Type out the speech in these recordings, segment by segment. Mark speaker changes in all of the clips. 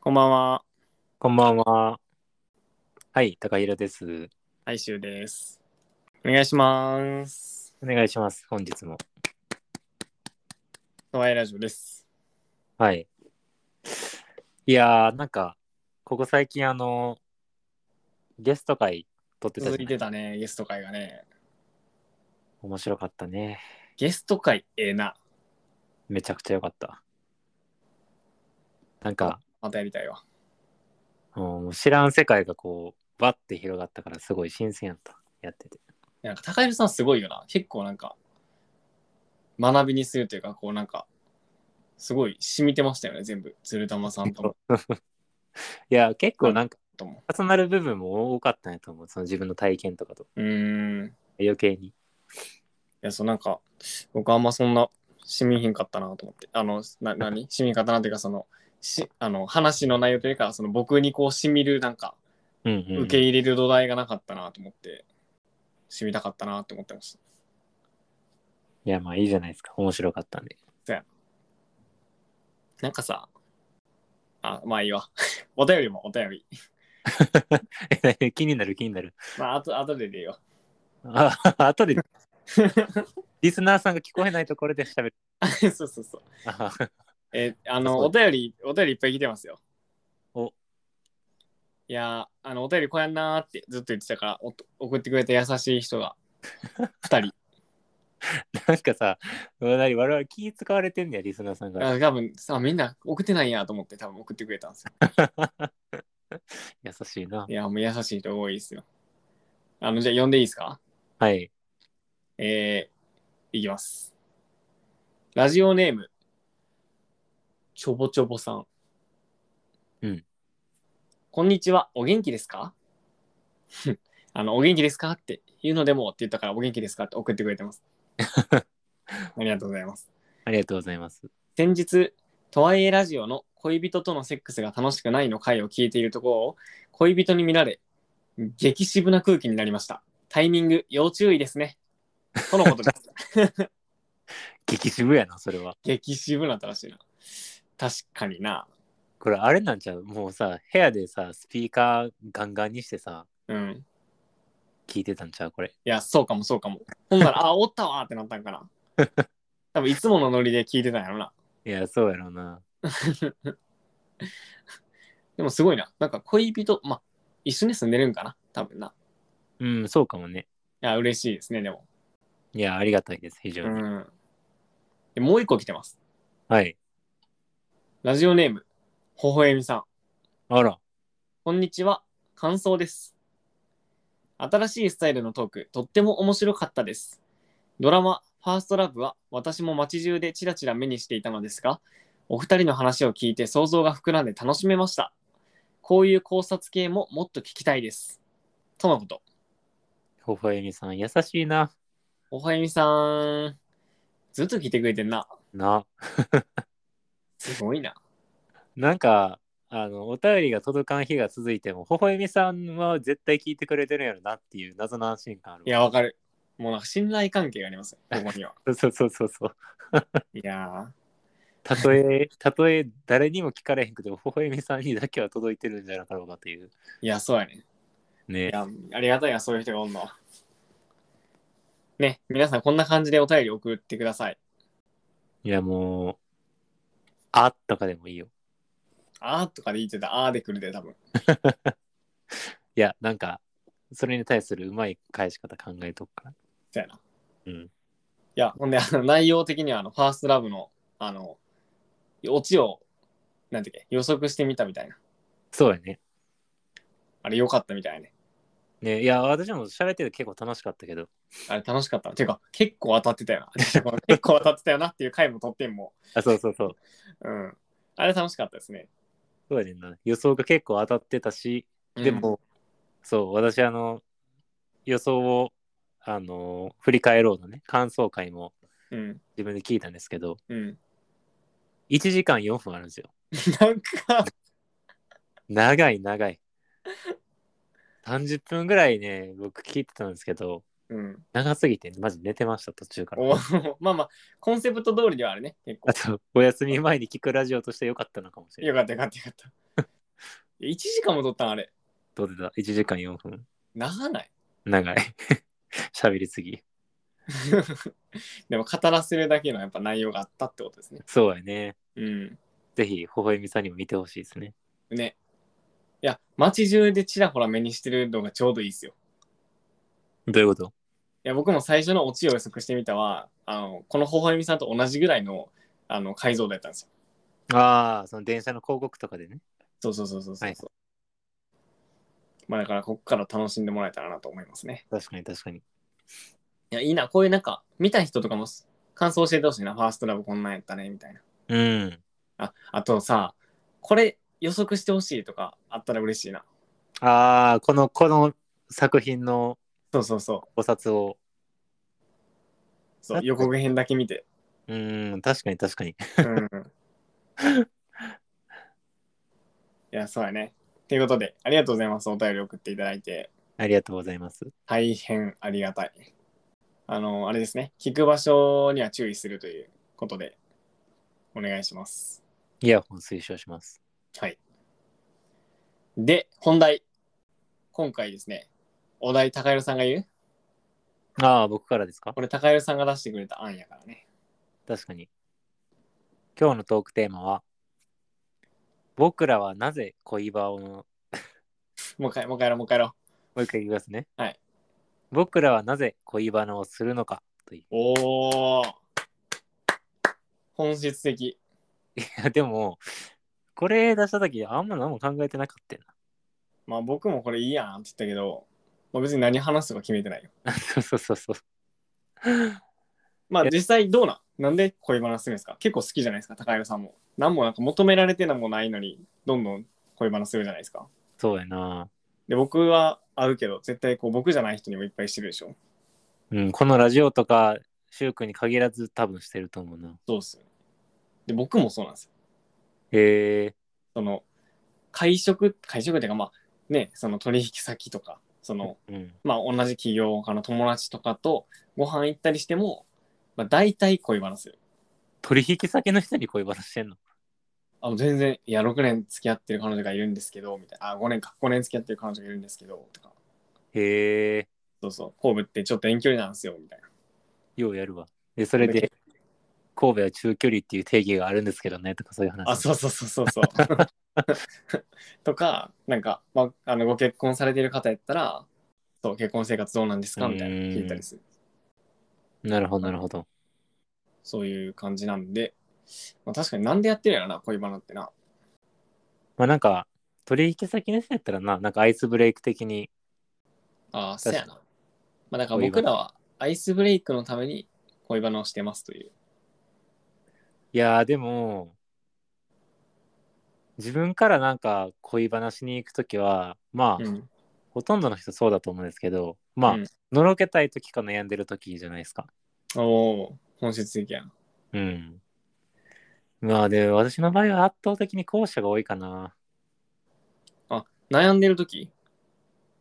Speaker 1: こんばんは、
Speaker 2: こんばんは。はい、高弘です。
Speaker 1: 愛愁です。お願いします。
Speaker 2: お願いします、本日も。
Speaker 1: トワイラジオです。
Speaker 2: はい。いやー、なんか、ここ最近、あの、ゲスト会撮ってたじゃ
Speaker 1: 続
Speaker 2: ない
Speaker 1: いてたね、ゲスト会がね。
Speaker 2: 面白かったね。
Speaker 1: ゲスト会ええな。
Speaker 2: めちゃくちゃ良かった。なんか、
Speaker 1: またやりたいわ。
Speaker 2: うん知らん世界がこう、わって広がったから、すごい新鮮やった。やってて。
Speaker 1: なんか、高井さんすごいよな。結構なんか、学びにするというか、こうなんか、すごい染みてましたよね、全部。鶴玉さんとも。
Speaker 2: いや、結構なんか、
Speaker 1: とも
Speaker 2: パーソナル部分も多かったんやと思う。その自分の体験とかと。
Speaker 1: うーん。い
Speaker 2: 余計に。
Speaker 1: や、そうなんか、僕あんまそんな、染みひんかったなと思って。あの、な、なに染みひんかったなというか、その、しあの話の内容というか、その僕にこう染みるなんか、
Speaker 2: うんうん、
Speaker 1: 受け入れる土台がなかったなと思って、知りたかったなと思ってました。
Speaker 2: いや、まあいいじゃないですか。面白かったんで。
Speaker 1: なんかさ、あ、まあいいわ。 お便りもお便り。
Speaker 2: え 気になる気になる。
Speaker 1: まあ、あと、あとででいいよ。
Speaker 2: あ、 あとで、 リスナーさんが聞こえないところで喋る。
Speaker 1: そうそうそう。
Speaker 2: あ
Speaker 1: えーあ
Speaker 2: そ
Speaker 1: の、
Speaker 2: う
Speaker 1: お便り、お便りいっぱい来てますよ。
Speaker 2: お
Speaker 1: いやー、あの、お便りこやんなーってずっと言ってたから、お送ってくれた優しい人が、二人。
Speaker 2: なんかさ、何我々気使われてんねや、リスナーさんが。
Speaker 1: あ多分さ、みんな送ってないやと思って、多分送ってくれたんですよ。
Speaker 2: 優しいな。
Speaker 1: いや、もう優しい人多いですよ。あの、じゃあ呼んでいいですか
Speaker 2: はい。
Speaker 1: えー、いきます。ラジオネーム、ちょぼちょぼさん。
Speaker 2: うん。
Speaker 1: こんにちは、お元気ですか あの、お元気ですかって言うのでもって言ったから、お元気ですかって送ってくれて ます。ありがとうございます。
Speaker 2: ありがとうございます。
Speaker 1: 先日、とはいえラジオの恋人とのセックスが楽しくないの回を聞いているところを恋人に見られ、激渋な空気になりました。タイミング要注意ですね。とのことです。
Speaker 2: 激渋やな、それは。
Speaker 1: 激渋なったらしいな。確かにな。
Speaker 2: これ、あれなんちゃうもうさ、部屋でさ、スピーカーガンガンにしてさ、
Speaker 1: うん。い
Speaker 2: 聞いてたんちゃうこれ。
Speaker 1: や、そうかもそうかも。ほんなら、 あ、おったわーってなったんかな。多分いつものノリで聞いてたんやろな。
Speaker 2: いや、そうやろな。
Speaker 1: でもすごいな。なんか恋人、まあ、一緒に住んでるんかな。多分な。
Speaker 2: うん、そうかもね。
Speaker 1: いや、嬉しいですね、でも。
Speaker 2: いや、ありがたいです、非常
Speaker 1: う
Speaker 2: に。
Speaker 1: ん。でもう一個来てます。
Speaker 2: はい。
Speaker 1: ラジオネーム、ほほえみさん。
Speaker 2: あら、
Speaker 1: こんにちは。感想です。新しいスタイルのトーク、とっても面白かったです。ドラマ、ファーストラブは私も街中でチラチラ目にしていたのですが、お二人の話を聞いて想像が膨らんで楽しめました。こういう考察系ももっと聞きたいです。とのこと。
Speaker 2: ほほえみさん、優しいな。
Speaker 1: おはゆみさん、ずっと聞いてくれてんな。
Speaker 2: な。
Speaker 1: すごいな。
Speaker 2: なんか、あの、お便りが届かん日が続いても、ほほえみさんは絶対聞いてくれてるんやろなっていう謎の安心感ある。
Speaker 1: いや、、わかる。もうなんか信頼関係がありますね、ここには。
Speaker 2: そうそうそうそう。
Speaker 1: いや
Speaker 2: た とえ、たとえ誰にも聞かれへんくても、ほほえみさんにだけは届いてるんじゃなかろうかという。
Speaker 1: ー、いや、そうやね。い
Speaker 2: ね。
Speaker 1: や、ありがたいな、そういう人がおんの。ね、皆さんこんな感じでお便り送ってください。
Speaker 2: いや、もう、あとかでもいいよ。
Speaker 1: あーとかで言ってた、あーで来るで、多分。
Speaker 2: いや、なんか、それに対するうまい返し方考えとくから。
Speaker 1: そうやな。
Speaker 2: うん。
Speaker 1: いや、ほんで、あの内容的には、あの、ファーストラブの、あの、オチを、なんていうっけ、予測してみたみたいな。
Speaker 2: そうやね。
Speaker 1: あれ、良かったみたいね。
Speaker 2: ね、いや、私も喋ってて結構楽しかったけど。
Speaker 1: あれ、楽しかった。ていうか、結構当たってたよな。 結構当たってたよなっていう回も撮ってんも。
Speaker 2: あ、そうそうそう。
Speaker 1: うん。あれ、楽しかったですね。
Speaker 2: そうやねんな。予想が結構当たってたし、
Speaker 1: うん
Speaker 2: で、も、そう、私、あの、予想を、あの、振り返ろうのね、感想会も
Speaker 1: うん。
Speaker 2: 自分で聞いたんですけど、
Speaker 1: うん。
Speaker 2: 1時間4分あるんですよ。
Speaker 1: なんか、
Speaker 2: 長い長 い。30分ぐらいね、僕聞いてたんですけど、
Speaker 1: うん。
Speaker 2: 長すぎて、マジ寝てました、途中から
Speaker 1: お。まあまあ、コンセプト通りではあるね、結構
Speaker 2: あ。と、お休み前に聞くラジオとして良かったのかもしれない。
Speaker 1: よかったよかったよかった。え1時間も撮ったんあれ。
Speaker 2: どう出た ?1 時間4分。
Speaker 1: 長ない。
Speaker 2: 長い。 喋りすぎ。
Speaker 1: でも語らせるだけのやっぱ内容があったってことですね。
Speaker 2: そうやね。
Speaker 1: うん。
Speaker 2: ぜひ、微笑みさんにも見てほしいですね。
Speaker 1: ね。いや、街中でちらほら目にしてるのがちょうどいいですよ。
Speaker 2: どういうこと
Speaker 1: いや、僕も最初のオチを予測してみたは、あの、この微笑みさんと同じぐらいの、あの、解像度やったんですよ。
Speaker 2: ああ、その電車の広告とかでね。
Speaker 1: そうそうそうそうそう。
Speaker 2: はい
Speaker 1: まあだから、こっから楽しんでもらえたらなと思いますね。
Speaker 2: 確かに確かに。
Speaker 1: いや、いいな。こういうなんか、見た人とかも感想教えてほしいな。ファーストラブこんなんやったね、みたいな。
Speaker 2: うん。
Speaker 1: あ、あとさ、これ予測してほしいとかあったら嬉しいな。
Speaker 2: ああ、この、この作品の
Speaker 1: そうそうそう。
Speaker 2: お札を。
Speaker 1: そ
Speaker 2: だ
Speaker 1: う
Speaker 2: って
Speaker 1: 予告編だけ見て。
Speaker 2: うん、確かに確かに。
Speaker 1: うん。いや、そうやね。ということで、ありがとうございます。お便り送っていただいて、
Speaker 2: ありがとうございます。
Speaker 1: 大変ありがたい。あの、あれですね。聞く場所には注意するということで、お願いします。
Speaker 2: イヤホン推奨します。
Speaker 1: はい。で、本題。今回ですね、お題、高弘さんが言う
Speaker 2: ああ、僕からですか
Speaker 1: これ、高弘さんが出してくれた案やからね。
Speaker 2: 確かに。今日のトークテーマは、僕らはなぜ恋バオの、も
Speaker 1: もう一回、もう一回やろう、もう一回やろう。
Speaker 2: う一回言いますね。
Speaker 1: はい。
Speaker 2: 僕らはなぜ恋バナをするのかとい
Speaker 1: おお本質的
Speaker 2: う。でも、これ出した時あんま何も考えてなかったよ
Speaker 1: まあ僕もこれいいやんって言ったけど、まあ、別に何話すとか決めてないよ
Speaker 2: な。 そうそうそうそう。
Speaker 1: まあ実際どうなんなんで恋バナするんですか結構好きじゃないですか高弘さんも何もなんか求められてるのもないのにどんどん恋バナするじゃないですか
Speaker 2: そうやな。
Speaker 1: で僕は会うけど絶対こう僕じゃない人にもいっぱいしてるでしょ
Speaker 2: うん、このラジオとか、シュウ君に限らず多分してると思うな。
Speaker 1: そうっすよねで僕もそうなんですよ
Speaker 2: へえ。
Speaker 1: その会食会食っていうかまあねその取引先とかその
Speaker 2: うん。
Speaker 1: まあ、同じ企業家の友達とかとご飯行ったりしても、まあ、大体恋話する。
Speaker 2: 取引先の人に恋バナしてんの
Speaker 1: あの全然、いや、6年付き合ってる彼女がいるんですけど、みたいな。あ、5年か、5年付き合ってる彼女がいるんですけど、とか。
Speaker 2: へえ。
Speaker 1: そうそう、神戸ってちょっと遠距離なんですよ、みたいな。
Speaker 2: ようやるわ。で、それで、神戸は中距離っていう定義があるんですけどねとかそういう話。
Speaker 1: あ、そうそうそうそう そう。とか、なんか、まあ、あのご結婚されてる方やったら、そう、結婚生活どうなんですかみたいな
Speaker 2: うん
Speaker 1: 聞いたりする。
Speaker 2: なるほど、なるほど。
Speaker 1: そういう感じなんで、まあ、確かになんでやってるんやろな、恋バナってな。
Speaker 2: まあなんか、取引先の人やったらな、なんかアイスブレイク的に、
Speaker 1: ああ、そ
Speaker 2: 確かに
Speaker 1: うやな。まあ、だから
Speaker 2: 恋バ
Speaker 1: 僕
Speaker 2: ナ
Speaker 1: らはアイスブレイクのために恋バナをしてますという。
Speaker 2: いやーでも、自分からなんか恋話に行くときは、まあ、
Speaker 1: うん、
Speaker 2: ほとんどの人そうだと思うんですけど、まあ、
Speaker 1: うん
Speaker 2: のろけたいときか悩んでるときじゃないですか。
Speaker 1: おお、本質的やな。
Speaker 2: うん。まあで、私の場合は圧倒的に後者が多いかな。
Speaker 1: 悩んでる時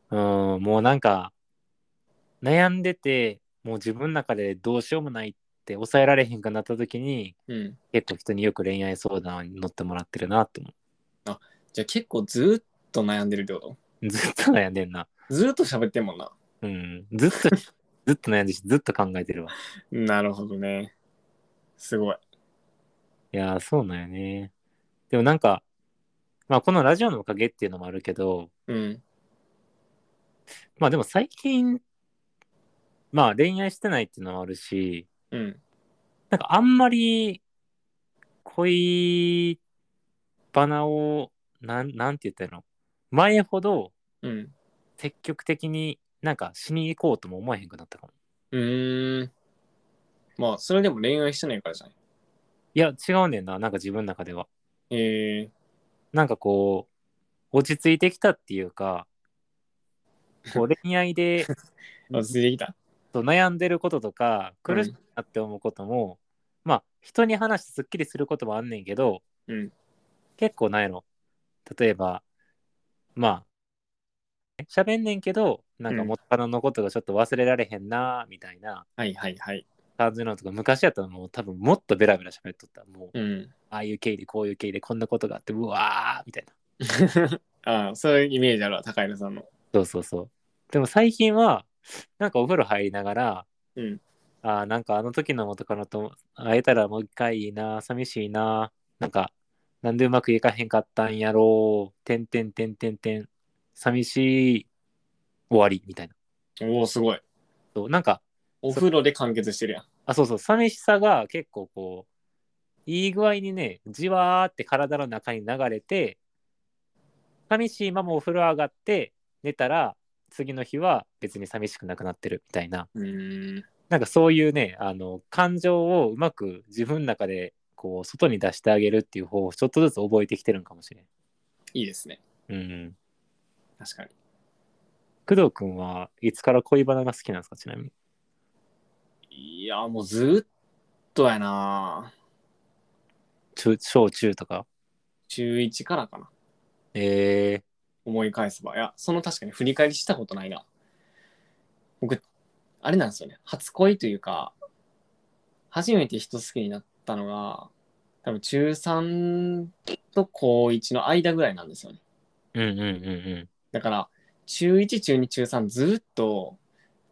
Speaker 2: うん、もうなんか、悩んでて、もう自分の中でどうしようもないって抑えられへんくなった時に、
Speaker 1: うん。
Speaker 2: 結構人によく恋愛相談に乗ってもらってるなって思
Speaker 1: じゃあ結構ずーっと悩んでるってこ
Speaker 2: う。ずっと悩んでんな。
Speaker 1: とずーっと喋ってんもんな。
Speaker 2: うん。ずっと、 ずっと悩んでるし、ずっと考えてるわ。
Speaker 1: なるほどね。すごい。
Speaker 2: いやー、そうなんよね。でもなんか、まあこのラジオのおかげっていうのもあるけど、
Speaker 1: うん。
Speaker 2: まあでも最近、まあ恋愛してないっていうのもあるし、
Speaker 1: うん。
Speaker 2: なんかあんまり恋バナをなんなんて言ったらいいの前ほど
Speaker 1: うん。
Speaker 2: 積極的になんかしに行こうとも思えへんくなったかも。
Speaker 1: うーん。まあ、それでも恋愛してないからじゃない。
Speaker 2: いや違うねんななんか自分の中では。
Speaker 1: え
Speaker 2: なんかこう落ち着いてきたっていうかこう恋愛で
Speaker 1: ー、落ち着いてきた。
Speaker 2: そう悩んでることとか
Speaker 1: うん
Speaker 2: 苦しいなって思うことも、まあ人に話してすっきりすることもあんねんけど
Speaker 1: うん。
Speaker 2: 結構ないの。例えば、まあ、喋んねんけど、なんか
Speaker 1: うん
Speaker 2: 元カノのことがちょっと忘れられへんな、みたいな
Speaker 1: はいはいはい。
Speaker 2: 感じのとか、昔やったらもう多分もっとベラベ ラ喋っとった。もう、
Speaker 1: うん。
Speaker 2: ああいう経緯でこういう経緯でこんなことがあって、うわーみたいな。
Speaker 1: ああ、そういうイメージあるわ、高平さんの。
Speaker 2: そうそうそう。でも最近は、なんかお風呂入りながら、
Speaker 1: うん
Speaker 2: あーなんかあの時の元カノと会えたらもう一回いいな、寂しいな、なんか、なんでうまくいかへんかったんやろう、てんてんてんてんてん、寂しい、終わり、みたいな。
Speaker 1: おお、すごい。
Speaker 2: そうなんか、
Speaker 1: お風呂で完結してるやん。
Speaker 2: あ、そうそう、寂しさが結構こう、いい具合にね、じわーって体の中に流れて、寂しいままお風呂上がって寝たら、次の日は別に寂しくなくなってるみたいな、
Speaker 1: うーん。
Speaker 2: なんかそういうね、あの、感情をうまく自分の中で、こう、外に出してあげるっていう方をちょっとずつ覚えてきてるんかもしれん。
Speaker 1: いいですね。
Speaker 2: うん。
Speaker 1: 確かに。
Speaker 2: 工藤くんはいつから恋バナが好きなんですか、ちなみに。
Speaker 1: いや、もうずっとやな。
Speaker 2: 中小中とか。
Speaker 1: 中1からかな。
Speaker 2: え
Speaker 1: 思い返せば。いや、その確かに振り返りしたことないな。僕、あれなんですよね。初恋というか、初めて人好きになったのが、多分中3と高1の間ぐらいなんですよね。
Speaker 2: ー、うんうんうん
Speaker 1: だから、中1、中2、中3ずっと、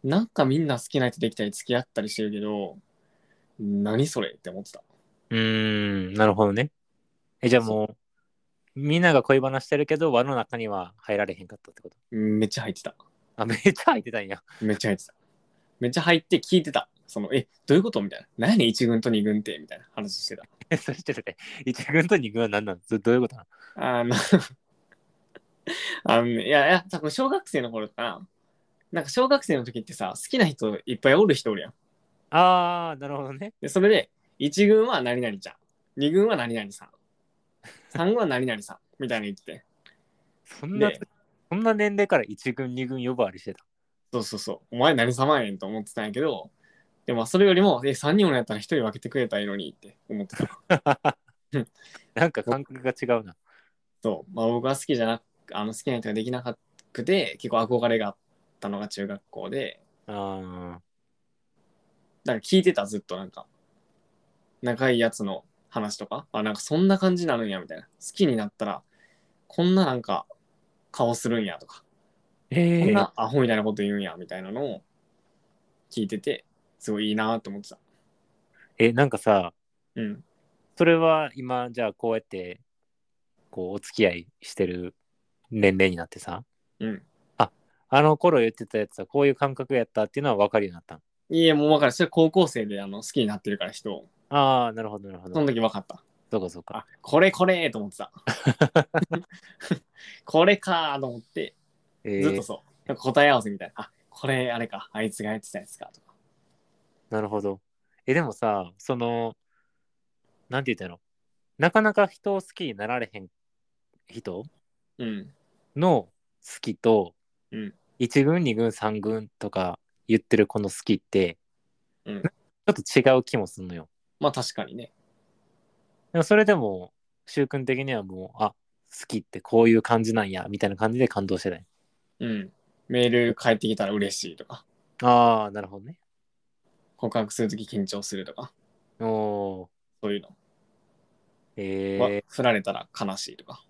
Speaker 1: なんかみんな好きな人できたり付き合ったりしてるけど、何それって思ってた。
Speaker 2: うん。うーん、なるほどね。え、じゃあもう、みんなが恋バナしてるけど、輪の中には入られへんかったってこと
Speaker 1: めっちゃ入ってた。
Speaker 2: あ、めっちゃ入ってたんや。
Speaker 1: めっちゃ入ってた。めっちゃ入って聞いてた。その、え、どういうことみたいな。何やねん、1軍と2軍って、みたいな話してた。
Speaker 2: そしてね、1軍と2軍は何なのどどういうことなの
Speaker 1: あの あの、いや、いや、多分小学生の頃かな。なんか小学生の時ってさ、好きな人いっぱいおる人おるやん。
Speaker 2: あー、なるほどね。
Speaker 1: で、それで、1軍は何々ちゃん、2軍は何々さん、3軍は何々さん、みたいな言ってて。
Speaker 2: そんな
Speaker 1: ね、
Speaker 2: そんな年齢から1軍、2軍呼ばわりしてた。
Speaker 1: そうそうそう、お前何様やねんと思ってたんやけど、でもそれよりも、え、3人もやったら1人分けてくれたらいいのにって思ってた。
Speaker 2: なんか感覚が違うな。
Speaker 1: そう、まあ僕は好きじゃなく、あの好きな人ができなくて、結構憧れがあったのが中学校で、
Speaker 2: あ
Speaker 1: なんか聞いてたずっとなんか仲いいやつの話とかあなんかそんな感じになるんやみたいな好きになったらこんななんか顔するんやとかこ
Speaker 2: え
Speaker 1: ん
Speaker 2: えー
Speaker 1: なアホみたいなこと言うんやみたいなのを聞いててすごいいいなと思ってた
Speaker 2: え、なんかさ、
Speaker 1: うん
Speaker 2: それは今、じゃあこうやって、こう、お付き合いしてる年齢になってさ、
Speaker 1: うん
Speaker 2: あの頃言ってたやつはこういう感覚やったっていうのは分かるようになったん
Speaker 1: いやもう分かるそれ高校生であの好きになってるから人を
Speaker 2: ああ、なるほど、なるほど。
Speaker 1: その時分かった
Speaker 2: そうか、そうか。
Speaker 1: あこれこれと思ってた これかと思って
Speaker 2: え
Speaker 1: ずっ
Speaker 2: ー
Speaker 1: と、そうなんか答え合わせみたいなあこれあれかあいつがやってたやつかとか
Speaker 2: なるほど。え、でもさ、その、なんて言ったのなかなか人を好きになられへん人
Speaker 1: うん
Speaker 2: の好きと、
Speaker 1: うん
Speaker 2: 1軍、2軍、3軍とか言ってるこの好きって、
Speaker 1: うん
Speaker 2: なちょっと違う気もすんのよ。
Speaker 1: まあ確かにね
Speaker 2: でもそれでも、習君的にはもう、あ、好きってこういう感じなんや、みたいな感じで感動してない。
Speaker 1: うん。メール返ってきたら嬉しいとか、
Speaker 2: ああ、なるほどね。
Speaker 1: 告白するとき緊張するとか、
Speaker 2: おー、
Speaker 1: そういうの。
Speaker 2: え
Speaker 1: わ
Speaker 2: ー。
Speaker 1: 振られたら悲しいとか。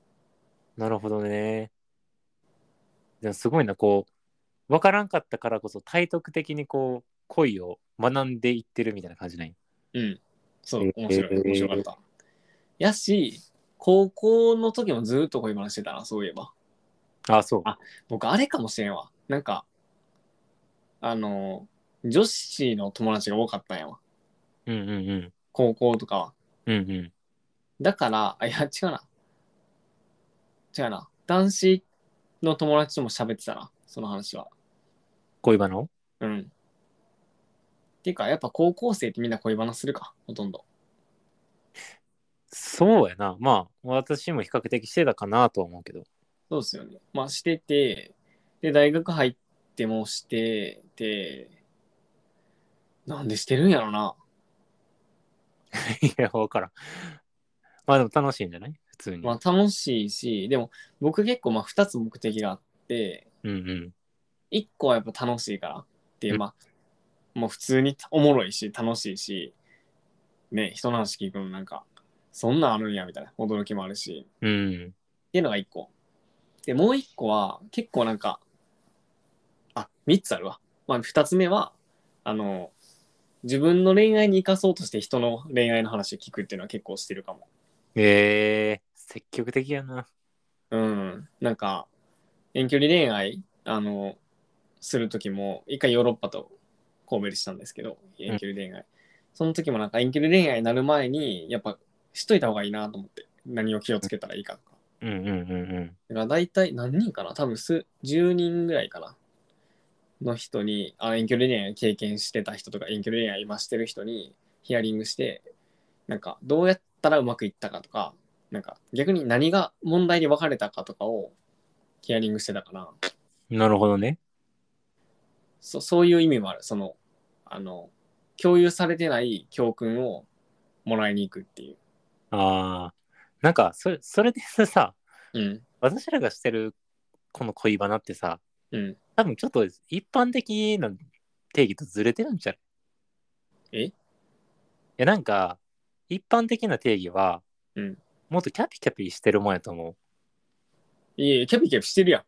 Speaker 2: なるほどね。でもすごいな、こう、分からんかったからこそ、体得的にこう、恋を学んでいってるみたいな感じない
Speaker 1: うん。そ
Speaker 2: へ
Speaker 1: う
Speaker 2: ー、
Speaker 1: 面白い。面白かった。やし、高校の時もずっと恋話してたな、そういえば。
Speaker 2: あ、そう。
Speaker 1: あ僕、あれかもしれんわ。なんか、あの、女子の友達が多かったんやわ。
Speaker 2: うんうんうん。
Speaker 1: 高校とかは。
Speaker 2: うんうん。
Speaker 1: だから、あ、いや、違うな。違うな。男子の友達とも喋ってたな、その話は。
Speaker 2: 恋バナを
Speaker 1: うん。っていうか、やっぱ高校生ってみんな恋バナするか、ほとんど。
Speaker 2: そうやな。まあ、私も比較的してたかなとは思うけど。
Speaker 1: そうですよね。まあしてて、で、大学入ってもしてて、なんでしてるんやろな。
Speaker 2: いや、わからん。まあでも楽しいんじゃない普通に。
Speaker 1: まあ楽しいし、でも僕結構まあ2つ目的があって、
Speaker 2: うんうん。
Speaker 1: 1個はやっぱ楽しいからっていう
Speaker 2: うん
Speaker 1: まあ、もう普通におもろいし、楽しいし、ね、人の話聞くのなんか、そんなんあるんやみたいな驚きもあるし、
Speaker 2: うん。
Speaker 1: っていうのが一個。で、もう一個は、結構なんか、あ、三つあるわ。まあ、二つ目は、あの、自分の恋愛に生かそうとして人の恋愛の話を聞くっていうのは結構してるかも。
Speaker 2: えー、積極的やな。
Speaker 1: うん。なんか、遠距離恋愛、あの、する時も、一回ヨーロッパと神戸でしたんですけど、遠距離恋愛。その時もなんか遠距離恋愛になる前に、やっぱしといた方がいいなと思って、何を気をつけたらいいかとか。
Speaker 2: うんうんうん
Speaker 1: だから大体何人かな多分数10人ぐらいかなの人にあ遠距離恋愛経験してた人とか遠距離恋愛今してる人にヒアリングしてなんかどうやったらうまくいったかとかなんか逆に何が問題で別れたかとかをヒアリングしてたかな
Speaker 2: うん。なるほどね。
Speaker 1: そそういう意味もあるそのあの共有されてない教訓をもらいに行くっていう
Speaker 2: ああ。なんか、それ、それでさ、
Speaker 1: うん
Speaker 2: 私らがしてるこの恋バナってさ、
Speaker 1: うん
Speaker 2: 多分ちょっと一般的な定義とずれてるんじゃない
Speaker 1: え
Speaker 2: いや、なんか、一般的な定義は、
Speaker 1: うん
Speaker 2: もっとキャピキャピしてるもんやと思う。
Speaker 1: いえいえキャピキャピしてるや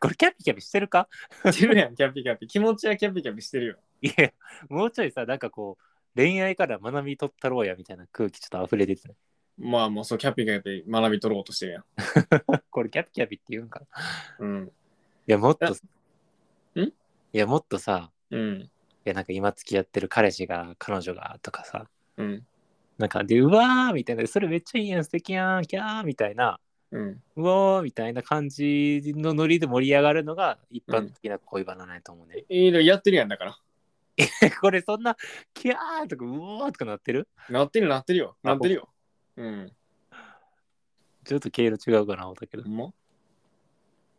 Speaker 2: これキャピキャピしてるか
Speaker 1: んしてるやんキャピキャピ気持ちはキャピキャピしてるよ
Speaker 2: いや、もうちょいさ、なんかこう、恋愛から学び取ったろうやみたいな空気ちょっと溢れ出てない。
Speaker 1: まあもうそうキャピキャピ学び取ろうとしてるやん。
Speaker 2: これキャピキャピって言うんかな。
Speaker 1: うん。
Speaker 2: いや、もっと、
Speaker 1: えん
Speaker 2: いや、もっとさ、
Speaker 1: うん。
Speaker 2: いや、なんか今付き合ってる彼氏が、彼女がとかさ、
Speaker 1: うん。
Speaker 2: なんかで、うわーみたいな、それめっちゃいいやん、素敵やん、キャーみたいな、
Speaker 1: うん。
Speaker 2: うわーみたいな感じのノリで盛り上がるのが一般的な恋バナないと思うね。
Speaker 1: いいのやってるやんだから。
Speaker 2: これそんな、キャーとか、うわーとかなってる
Speaker 1: なってるなってるよ。
Speaker 2: あ
Speaker 1: なってるよ。うん。
Speaker 2: ちょっと経路違うかな、思ったけど
Speaker 1: ほ。んま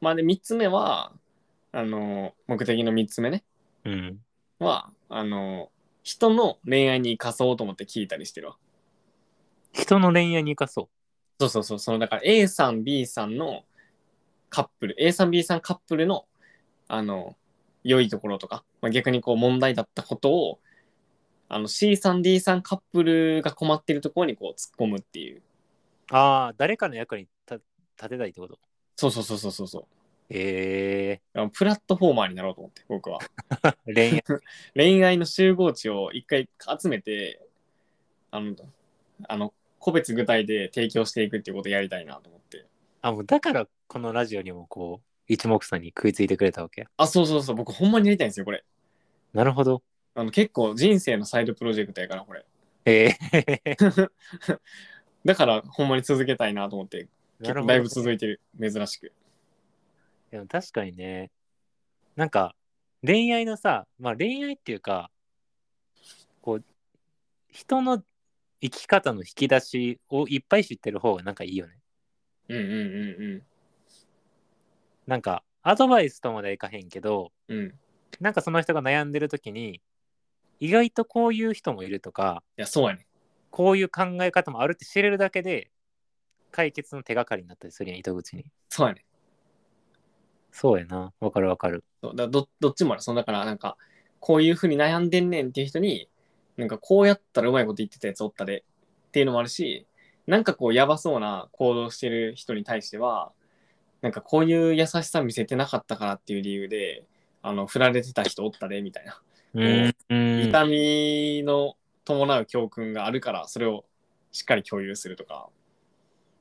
Speaker 1: まあで3つ目は、あの、目的の3つ目ね。
Speaker 2: うん。
Speaker 1: は、あの、人の恋愛に生かそうと思って聞いたりしてるわ。
Speaker 2: 人の恋愛に生かそう。
Speaker 1: そうそうそう。そのだから A さん B さんのカップル、A さん B さんカップルの、あの、良いところとか、まあ、逆にこう問題だったことを、あの C さん D さんカップルが困ってるところにこう突っ込むっていう。
Speaker 2: ああ、誰かの役にた立てたいってこと
Speaker 1: そうそうそうそうそうそう。
Speaker 2: え
Speaker 1: あのプラットフォーマーになろうと思って、僕は。
Speaker 2: ー、恋愛。
Speaker 1: 恋愛の集合値を一回集めて、あの、あの、個別具体で提供していくっていうことをやりたいなと思って。
Speaker 2: あ、もうだからこのラジオにもこう、一目散に食いついてくれたわけ。
Speaker 1: あ、そうそうそう。僕ほんまにやりたいんですよ、これ。
Speaker 2: なるほど。
Speaker 1: あの結構人生のサイドプロジェクトやから、これ。
Speaker 2: えー、
Speaker 1: だからほんまに続けたいなと思って 結
Speaker 2: なる
Speaker 1: 構
Speaker 2: ほど。
Speaker 1: だいぶ続いてる珍しく
Speaker 2: でも確かにね、なんか恋愛のさ、まあ恋愛っていうか、こう、人の生き方の引き出しをいっぱい知ってる方がなんかいいよね。
Speaker 1: うんうんう
Speaker 2: なんかアドバイスとまではいかへんけど、
Speaker 1: んうんうんい
Speaker 2: なんかその人が悩んでる時に、意外とこういう人もいるとか、
Speaker 1: やそうやね
Speaker 2: こういう考え方もあるって知れるだけで、解決の手がかりになったりするやん、糸口に。
Speaker 1: そうやね
Speaker 2: そうやな。わかるわかる。
Speaker 1: そうだどどっちもあるそのだからなんかこういうふうに悩んでんねんっていう人になんかこうやったらうまいこと言ってたやつおったでっていうのもあるしなんかこうやばそうな行動してる人に対してはなんかこういう優しさ見せてなかったからっていう理由であの振られてた人おったでみたいな
Speaker 2: うん。うん
Speaker 1: 痛みの伴う教訓があるからそれをしっかり共有するとか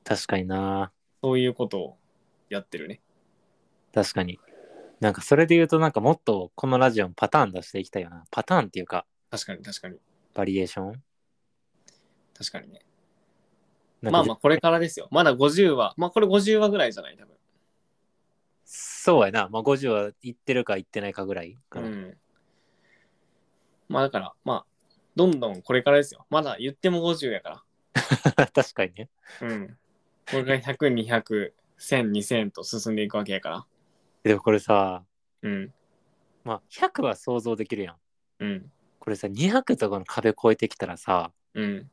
Speaker 2: 確かにな。
Speaker 1: そういうことをやってるね
Speaker 2: 確かに。なんかそれで言うと、なんかもっとこのラジオのパターン出していきたいよな。パターンっていうか、
Speaker 1: 確かに確かに
Speaker 2: バリエーション。
Speaker 1: 確かにね
Speaker 2: なん
Speaker 1: ま
Speaker 2: か
Speaker 1: あまあこれからですよまだ50話まあこれ50話ぐらいじゃない多分
Speaker 2: そうやな。まあ50は言ってるか言ってないかぐらいか
Speaker 1: う
Speaker 2: な。
Speaker 1: んまあだからまあどんどんこれからですよまだ言っても50やか
Speaker 2: 確かにね。
Speaker 1: らうんこれから10020010002000と進んでいくわけやから
Speaker 2: でもこれさ、
Speaker 1: うん
Speaker 2: まあ100は想像できるやん。
Speaker 1: うん
Speaker 2: これさ、200とかの壁越えてきたらさ、
Speaker 1: うん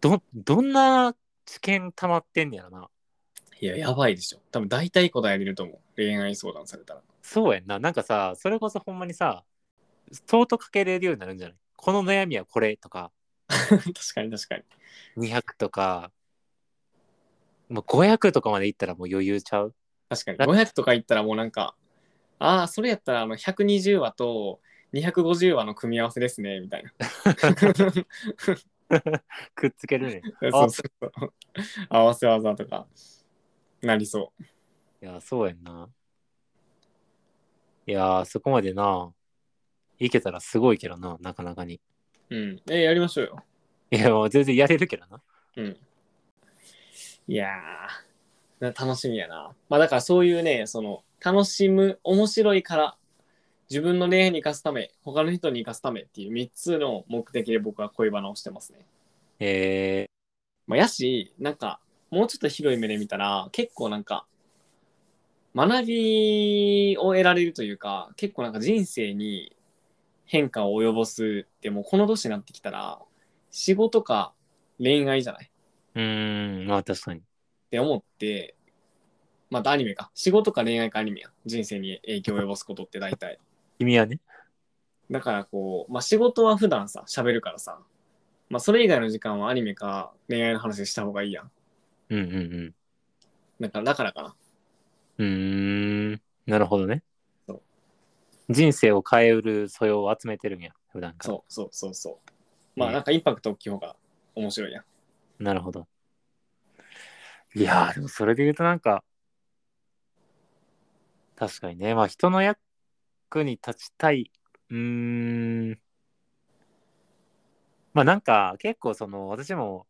Speaker 2: ど、どんな知見溜まってんねやろな。
Speaker 1: いややばいでしょ多分大体答えれると思う恋愛相談されたら
Speaker 2: そうやんな。なんかさ、それこそほんまにさ、相当かけれるようになるんじゃないこの悩みはこれとか、
Speaker 1: 確かに確かに
Speaker 2: 200とか、もう500とかまで行ったらもう余裕ちゃう
Speaker 1: 確かに。500とか言ったらもうなんか、ああ、それやったらあの120話と250話の組み合わせですね、みた いな。
Speaker 2: くっつけるね。
Speaker 1: そうそうそう。合わせ技とか、なりそ
Speaker 2: いや、そうやんな。いやー、そこまでな、いけたらすごいけどな、なかなかに。
Speaker 1: う。うん。えやりましょうよ。
Speaker 2: いや、もう全然やれるけどな。
Speaker 1: うん。いやー、な楽しみやな。まあだからそういうね、その、楽しむ、面白いから、自分の恋愛に生かすため、他の人に生かすためっていう3つの目的で僕は恋バナをしてますね。
Speaker 2: え
Speaker 1: まあ、やし、なんか、もうちょっと広い目で見たら、結構なんか、学びを得られるというか、結構なんか人生に変化を及ぼすって、もうこの年になってきたら、仕事か恋愛じゃない
Speaker 2: ー、うーん、まあ確かに。
Speaker 1: って思って、またアニメか。仕事か恋愛かアニメや。人生に影響を及ぼすことって大体。
Speaker 2: 君はね。
Speaker 1: だからこう、まあ、仕事は普段さ、喋るからさ、まあ、それ以外の時間はアニメか恋愛の話した方がいいやん。
Speaker 2: うんうん
Speaker 1: だから、だからかな。
Speaker 2: うん。うーん、なるほどね
Speaker 1: そう。
Speaker 2: 人生を変えうる素養を集めてるんや、普段から。
Speaker 1: そうそうそうそう。まあ
Speaker 2: ね
Speaker 1: なんかインパクト大きい方が面白いやん。
Speaker 2: なるほど。いやー、でもそれで言うとなんか、確かにね、まあ人の役に立ちたい。うーん。まあなんか結構その私も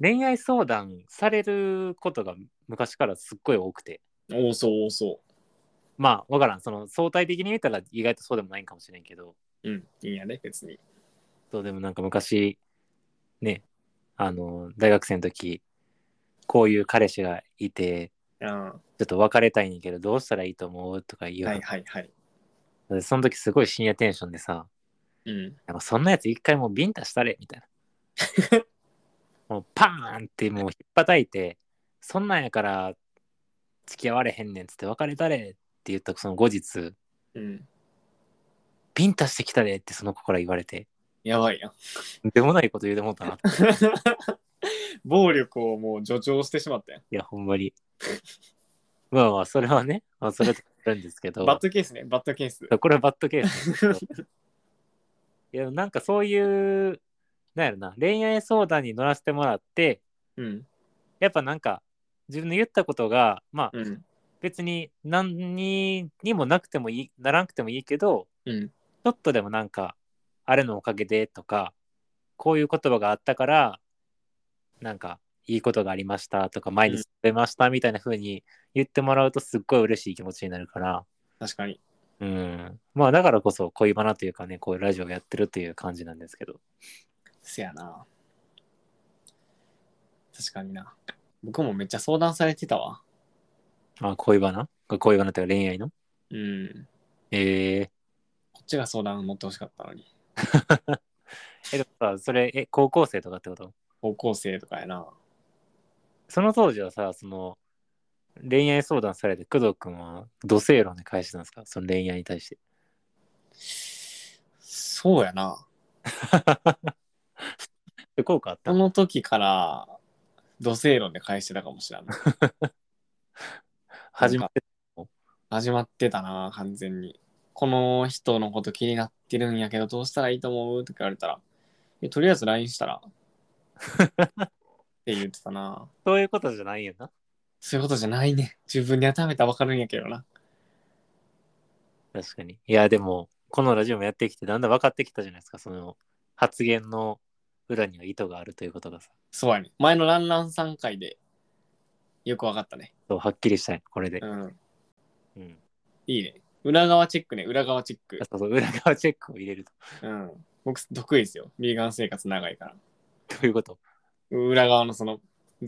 Speaker 2: 恋愛相談されることが昔からすっごい多くて。
Speaker 1: 多そう多そ
Speaker 2: まあわからん、その相対的に見たら意外とそうでもないんかもしれんけど。
Speaker 1: う。うん、いいんやね、別に。
Speaker 2: そうでもなんか昔ねあの大学生の時こういう彼氏がいて
Speaker 1: うん、は
Speaker 2: ちょっと別れたいねんけどどうしたらいいと思うとか
Speaker 1: い
Speaker 2: 言う、
Speaker 1: はいはい。
Speaker 2: でその時すごい深夜テンションでさ
Speaker 1: うん。
Speaker 2: なんかそんなやつ一回もうビンタしたれみたい なもうパーンってもうひっぱたいてそんなんやから付き合われへんねんっつって別れたれって言ったその後日
Speaker 1: うん。
Speaker 2: ビンタしてきたでってその子から言われて
Speaker 1: やばい やん。
Speaker 2: とんでもないこと言うてもうたない
Speaker 1: 暴力をもう助長してしまったやん。
Speaker 2: やほんまに まあまあそれはね、まあ、それとあるんですけど
Speaker 1: バッドケースね、バッドケース。
Speaker 2: そうこれはバッドケースなんですけど いやなんかそういうなんやろな恋愛相談に乗らせてもらって
Speaker 1: うん。
Speaker 2: やっぱなんか自分の言ったことがまあ
Speaker 1: うん。
Speaker 2: 別に何ににもなくてもいいならなくてもいいけど
Speaker 1: うん。
Speaker 2: ちょっとでもなんかあれのおかげでとかこういう言葉があったからなんかいいことがありましたとか前に進めましたみたいな風に言ってもらうとすっごい嬉しい気持ちになるから、
Speaker 1: 確かに。
Speaker 2: うん。まあだからこそ恋バナというかね、こういうラジオをやってるという感じなんですけど。
Speaker 1: せやな。確かにな。僕もめっちゃ相談されてたわ。
Speaker 2: あ、恋バナ恋バナというか恋愛の
Speaker 1: うん。
Speaker 2: ええ
Speaker 1: こっちが相談持ってほしかったのに。
Speaker 2: え、でもさ、それ、え、高校生とかってこと
Speaker 1: 高校生とかやな。
Speaker 2: その当時はさ、その、恋愛相談されて、工藤君は、土星論で返してたんですかその恋愛に対して。
Speaker 1: そうやな。
Speaker 2: で、効果あった
Speaker 1: その時から、土星論で返してたかもしれない。
Speaker 2: 始まって、
Speaker 1: 始まってたな、完全に。この人のこと気になってるんやけど、どうしたらいいと思うとか言われたら、えとりあえず LINE したら。って言ってたな。
Speaker 2: そういうことじゃないよな。
Speaker 1: そういうことじゃないね。自分に当てはめたらわかるんやけどな。
Speaker 2: 確かに。いや、でも、このラジオもやってきて、だんだん分かってきたじゃないですか。その、発言の裏には意図があるということがさ、
Speaker 1: そうやね。前のランラン3回で、よくわかったね。
Speaker 2: そうはっきりしたい、これで
Speaker 1: う。ん。
Speaker 2: うん
Speaker 1: いいね。裏側チェックね、裏側チェック
Speaker 2: あ。そうそう裏側チェックを入れると。
Speaker 1: うん。僕、得意ですよ。ビーガン生活長いから。
Speaker 2: どういうこと
Speaker 1: 裏側のその、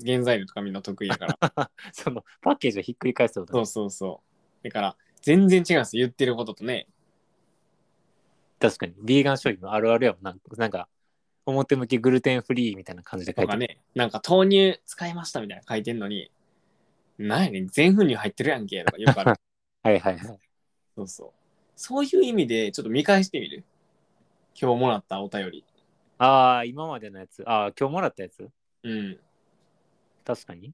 Speaker 1: 原材料とかみんな得意やから。
Speaker 2: そのパッケージをひっくり返すってこと
Speaker 1: そうそうそう。だから、全然違うんですよ。言ってることとね。
Speaker 2: 確かに。ビーガン商品のあるあるやもんなんか。なんか、表向きグルテンフリーみたいな感じで書
Speaker 1: と
Speaker 2: いて
Speaker 1: か
Speaker 2: ある。
Speaker 1: ね、なんか豆乳使いましたみたいな書いてんのに、なんやねん、全粉乳入ってるやんけ、とかよく ある。
Speaker 2: はいはいはい。
Speaker 1: そうそう。そういう意味で、ちょっと見返してみる。今日もらったお便り。
Speaker 2: ああ、今までのやつ。ああ、今日もらったやつ。
Speaker 1: うん。
Speaker 2: 確かに。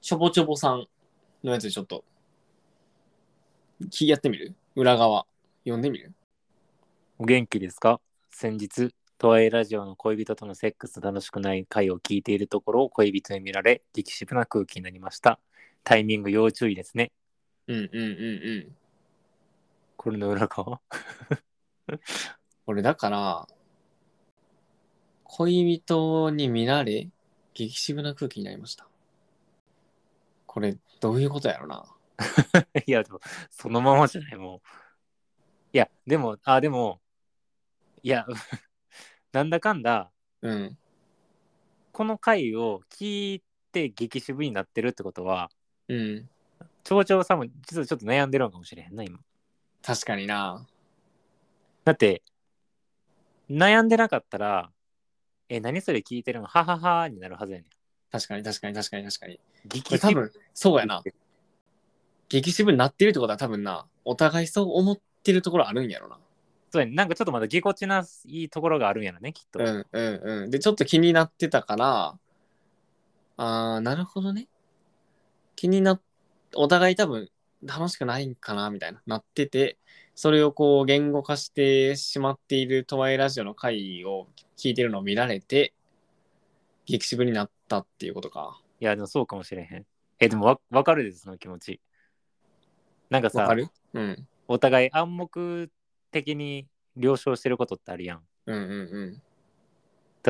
Speaker 1: しょぼちょぼさんのやつちょっと、きやってみる裏側、読んでみる
Speaker 2: お元気ですか先日、都愛ラジオの恋人とのセックス楽しくない回を聞いているところを恋人に見られ、激しぶな空気になりました。タイミング要注意ですね。
Speaker 1: うんうんうんうん。
Speaker 2: これの裏側
Speaker 1: 俺だから、恋人に見られ、激渋な空気になりました。これ、どういうことやろな。
Speaker 2: いや、でも、そのままじゃない、もう。いや、でも、あ、でも、いや、 なんだかんだ、
Speaker 1: うん。
Speaker 2: この回を聞いて激渋になってるってことは、
Speaker 1: うん。
Speaker 2: 町長さんも実はちょっと悩んでるのかもしれへんな、今。
Speaker 1: 確かにな。
Speaker 2: だって、悩んでなかったら、え、何それ聞いてるのはははになるはずやねん。
Speaker 1: 確かに確かに確かに確かに。こ
Speaker 2: 激
Speaker 1: れ多
Speaker 2: 渋
Speaker 1: 分、そうやな。激渋になってるってことは多分な、お互いそう思ってるところあるんやろな。
Speaker 2: そうやねんなんかちょっとまだぎこちないいところがあるんやろね、きっと。
Speaker 1: うんうんうん。で、ちょっと気になってたから、あー、なるほどね。気になっ、お互い多分楽しくないんかな、みたいな、なってて、それをこう言語化してしまっているトワイラジオの回を聞いてるのを見られて、激渋になったっていうことか。
Speaker 2: いや、でもそうかもしれへん。え、でもわわかるです、その気持ち。なんか
Speaker 1: わ
Speaker 2: さ
Speaker 1: か、るうん。
Speaker 2: お互い暗黙的に了承してることってあるやん。
Speaker 1: うんうん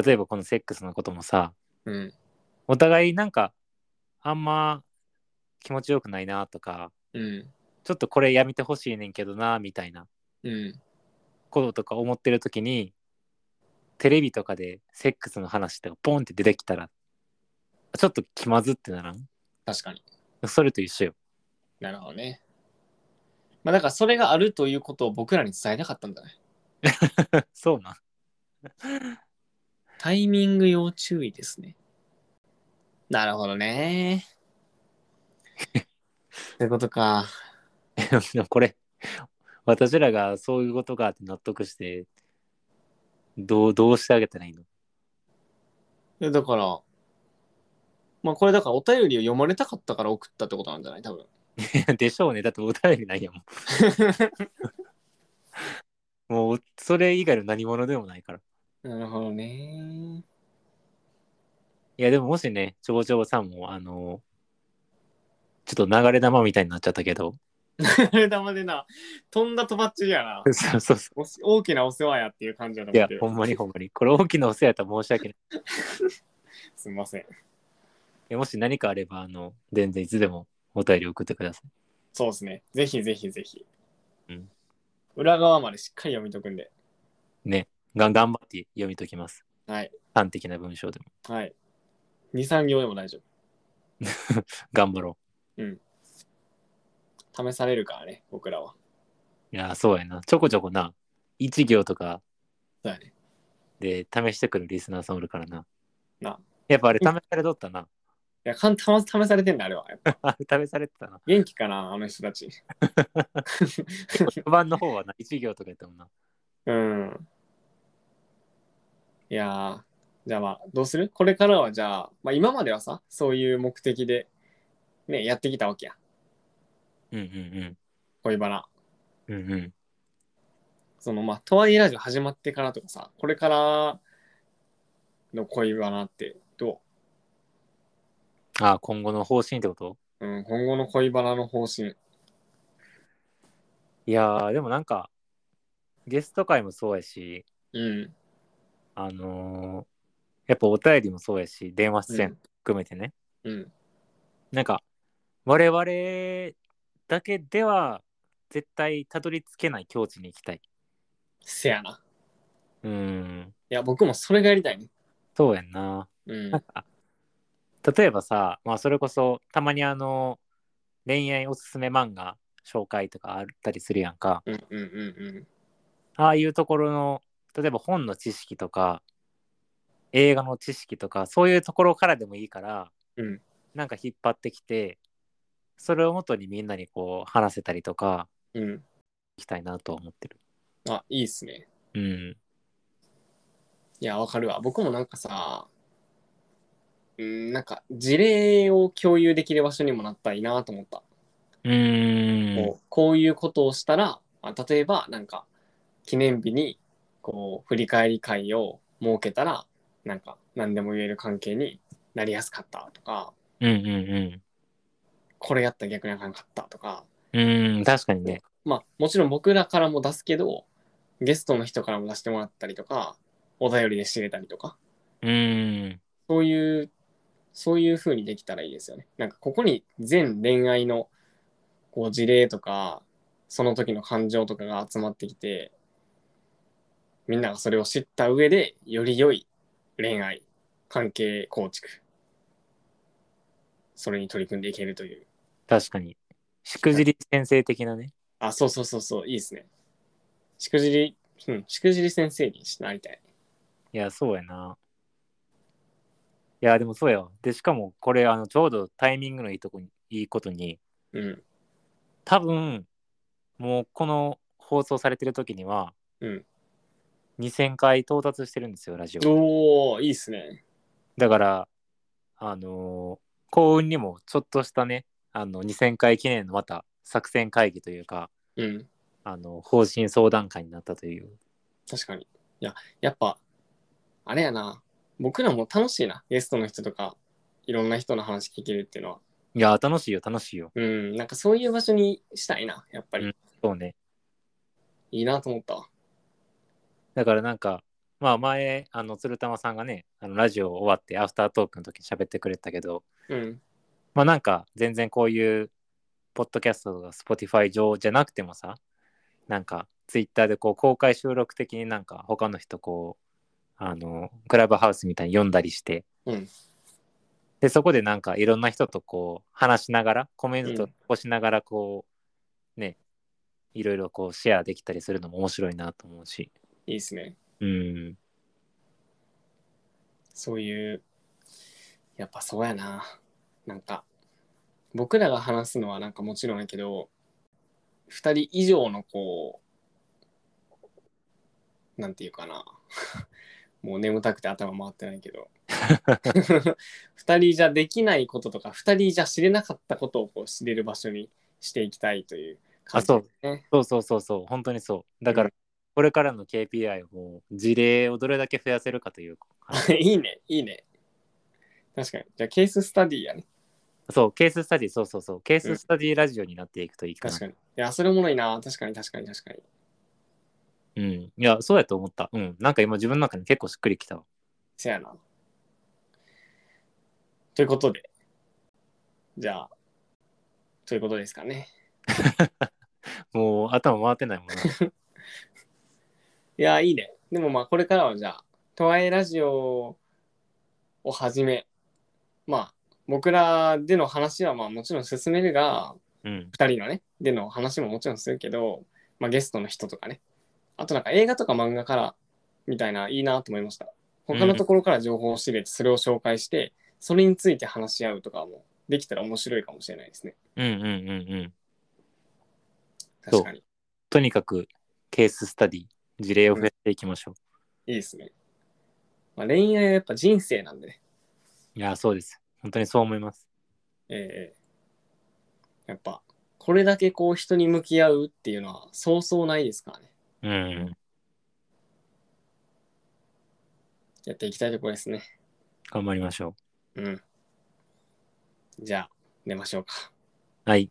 Speaker 2: 例えばこのセックスのこともさ、
Speaker 1: うん。うん。
Speaker 2: お互いなんか、あんま気持ちよくないなとか、
Speaker 1: うん。
Speaker 2: ちょっとこれやめてほしいねんけどな、みたいな。
Speaker 1: うん。
Speaker 2: こととか思ってる時にテレビとかでセックスの話とかポンって出てきたらちょっと気まずってならん
Speaker 1: 確かに。
Speaker 2: それと一緒よ
Speaker 1: なるほどね。まあだからそれがあるということを僕らに伝えたかったんだね。
Speaker 2: そうなん
Speaker 1: タイミング要注意ですね。なるほど ね。ってことか。
Speaker 2: でもこれ私らがそういうことかって納得してどうどうしてあげたらいいの
Speaker 1: いやだから、まあこれだからお便りを読まれたかったから送ったってことなんじゃない多分。
Speaker 2: でしょうねだってお便りないやもんもうそれ以外の何者でもないから
Speaker 1: なるほどね。
Speaker 2: いやでももしねちょぼちょぼさんもあのちょっと流れ玉みたいになっちゃったけど
Speaker 1: あれ玉でな、飛んだとばっちりやな。
Speaker 2: そうそうそう
Speaker 1: お大きなお世話やっていう感じだと思
Speaker 2: いや
Speaker 1: って、る
Speaker 2: ほんまにほんまに。これ大きなお世話やったら申し訳ない。
Speaker 1: すみません。
Speaker 2: えもし何かあれば、あの、全然いつでもお便り送ってください。
Speaker 1: そうですね。ぜひぜひぜひ。
Speaker 2: うん
Speaker 1: 裏側までしっかり読みとくんで。
Speaker 2: が頑張って読みときます。
Speaker 1: はい。
Speaker 2: 端的な文章でも。
Speaker 1: はい。2、3行でも大丈
Speaker 2: 頑張ろ
Speaker 1: 夫。試されるからね、僕らは。
Speaker 2: う。いやー、そうやな。ちょこちょこな、一行とか
Speaker 1: そうやね。
Speaker 2: で試してくるリスナーさんおるからな。
Speaker 1: な
Speaker 2: やっぱあれ試されとったな。
Speaker 1: いや、かん試試されてんだ、あれは。やっぱ
Speaker 2: あれ試されてたな。
Speaker 1: 元気かな、あの人たち。
Speaker 2: 序盤の方はな、一行とかやったもんな。
Speaker 1: うん。いやー、じゃあまあ、どうするこれからはじゃあ、まあ今まではさ、そういう目的で、ね、やってきたわけや。
Speaker 2: うんうん
Speaker 1: 恋バナ。
Speaker 2: うん。うんうん。
Speaker 1: そのまあ、とはいえラジオ始まってからとかさ、これからの恋バナってど
Speaker 2: あー、今後の方針ってこと
Speaker 1: ううん、今後の恋バナの方針。
Speaker 2: いやー、でもなんか、ゲスト会もそうやし、
Speaker 1: うん。
Speaker 2: あのーやっぱお便りもそうやし、電話出
Speaker 1: う
Speaker 2: 演含めてね、
Speaker 1: うん。
Speaker 2: なんか、我々だけでは絶対たどり着けない境地に行きたい。
Speaker 1: せやな。
Speaker 2: うーん、
Speaker 1: いや、僕もそれがやりたいね。
Speaker 2: そうやんな。
Speaker 1: うん
Speaker 2: なん。か、例えばさ、まあ、それこそ、たまにあの、恋愛おすすめ漫画紹介とかあったりするやんか。
Speaker 1: うんうんうん
Speaker 2: ああいうところの、例えば本の知識とか、映画の知識とか、そういうところからでもいいから、
Speaker 1: うん。うん。
Speaker 2: なんか引っ張ってきてそれをもとにみんなにこう話せたりとか
Speaker 1: うん。
Speaker 2: いきたいなとは思ってる
Speaker 1: あ、いいっすね。
Speaker 2: うん
Speaker 1: いや、わかるわ。僕もなんかさ、うん、なんか事例を共有できる場所にもなったらいいなと思った。
Speaker 2: うーん
Speaker 1: こうこういうことをしたら、あ例えばなんか記念日にこう振り返り会を設けたらなんか何でも言える関係になりやすかったとか
Speaker 2: うんうん
Speaker 1: これやったら逆にあかんかったとか
Speaker 2: うんうーん確かにね
Speaker 1: まあもちろん僕らからも出すけどゲストの人からも出してもらったりとかお便りで知れたりとか
Speaker 2: うーん
Speaker 1: そういうそういう風にできたらいいですよね。なんかここに全恋愛のこう事例とかその時の感情とかが集まってきてみんながそれを知った上でより良い恋愛関係構築それに取り組んでいけるという
Speaker 2: 確かにしくじり先生的なね
Speaker 1: あそうそうそうそういいですねしくじりうんしくじり先生になりたい
Speaker 2: いやそうやないやでもそうやわでしかもこれあのちょうどタイミングのいいとこにいいことに
Speaker 1: うん
Speaker 2: 多分もうこの放送されてる時には
Speaker 1: うん
Speaker 2: 2000回到達してるんですよラジオ
Speaker 1: おおいいですね
Speaker 2: だから、あのー幸運にもちょっとしたね、あの2000回記念のまた作戦会議というか、
Speaker 1: うん
Speaker 2: あの方針相談会になったという。
Speaker 1: 確かに。いや、やっぱ、あれやな。僕らも楽しいな。ゲストの人とか、いろんな人の話聞けるっていうのは。
Speaker 2: いやー、楽しいよ、楽しいよ。
Speaker 1: うん、なんかそういう場所にしたいな。やっぱり。
Speaker 2: うんそうね。
Speaker 1: いいなと思ったわ。
Speaker 2: だからなんか、まあ前、あの鶴玉さんがね、あのラジオ終わってアフタートークの時に喋ってくれたけど、
Speaker 1: うん。
Speaker 2: まあなんか全然こういう、ポッドキャストとか Spotify 上じゃなくてもさ、なんか Twitter でこう公開収録的になんか他の人こう、あの、クラブハウスみたいに読んだりして、
Speaker 1: うん。
Speaker 2: でそこでなんかいろんな人とこう話しながらコメントをしながらこう、ねいろいろこうシェアできたりするのも面白いなと思うし
Speaker 1: いいですね。
Speaker 2: うん
Speaker 1: そういう、やっぱそうやな。なんか、僕らが話すのはなんかもちろんやけど、二人以上のこう、なんていうかな。 もう眠たくて頭回ってないけ ど。二人じゃできないこととか、二人じゃ知れなかったことをこう知れる場所にしていきたいという感じですね。
Speaker 2: そうそうそうそう本当にそうだか
Speaker 1: う
Speaker 2: らこれからの KPI をもう事例をどれだけ増やせるかというか
Speaker 1: いいね、いいね。確かに。じゃあケーススタディやね。
Speaker 2: そうケーススタディそうそうそうケー
Speaker 1: う
Speaker 2: ス
Speaker 1: ん
Speaker 2: スタディラジオになっていくといいかな
Speaker 1: 確かに。いや、それおもろいな。確かに確かに確かに。
Speaker 2: うんいやそうやと思ったうんなんか今自分の中に結構しっくりきたわ
Speaker 1: せやな。ということで、じゃあ、ということですかね。
Speaker 2: もう頭回ってな いもんな
Speaker 1: いや、いいね。でもまあ、これからはじゃあ、トワイラジオをはじめ、まあ、僕らでの話はまあもちろん進めるが、
Speaker 2: うん
Speaker 1: 2人のね、での話ももちろんするけど、まあ、ゲストの人とかね。あとなんか映画とか漫画からみたいな、いいなと思いました。他のところから情報を仕入れて、それを紹介して、それについて話し合うとかもできたら面白いかもしれないですね。
Speaker 2: うんうんうんうんそう
Speaker 1: 確かに。
Speaker 2: とにかくケーススタディ事例を増やしていきましょう、
Speaker 1: いいですね。まあ、恋愛はやっぱ人生なんでね。
Speaker 2: いやそうです本当にそう思います
Speaker 1: ええやっぱ、これだけこう人に向き合うっていうのはそうそうないですからね。
Speaker 2: うん
Speaker 1: やっていきたいところですね。
Speaker 2: 頑張りましょ
Speaker 1: うん。じゃあ、寝ましょうか。
Speaker 2: うはい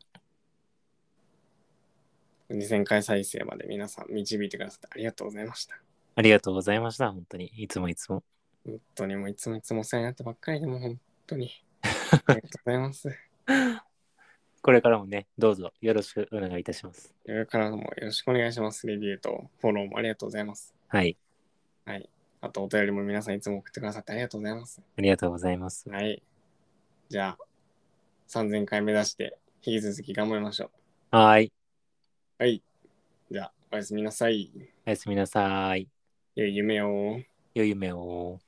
Speaker 1: 2000回再生まで皆さん導いてくださってありがとうございました。
Speaker 2: ありがとうございました本当にいつもいつも
Speaker 1: 本当にもういつもいつもお世話になってばっかりでもう本当に。ありがとうございます。こ
Speaker 2: これからもねどうぞよろしくお願いいたします
Speaker 1: れからもよろしくお願いします。レビューとフォローもありがとうございます。
Speaker 2: はい
Speaker 1: はい。あとお便りも皆さんいつも送ってくださってありがとうございます。
Speaker 2: ありがとうございます
Speaker 1: はい。じゃあ、3000回目指して引き続き頑張りましょ
Speaker 2: はーい
Speaker 1: う。はい。じゃあ、おやすみなさい。
Speaker 2: おやすみなさい
Speaker 1: 良い夢を。
Speaker 2: 良い夢を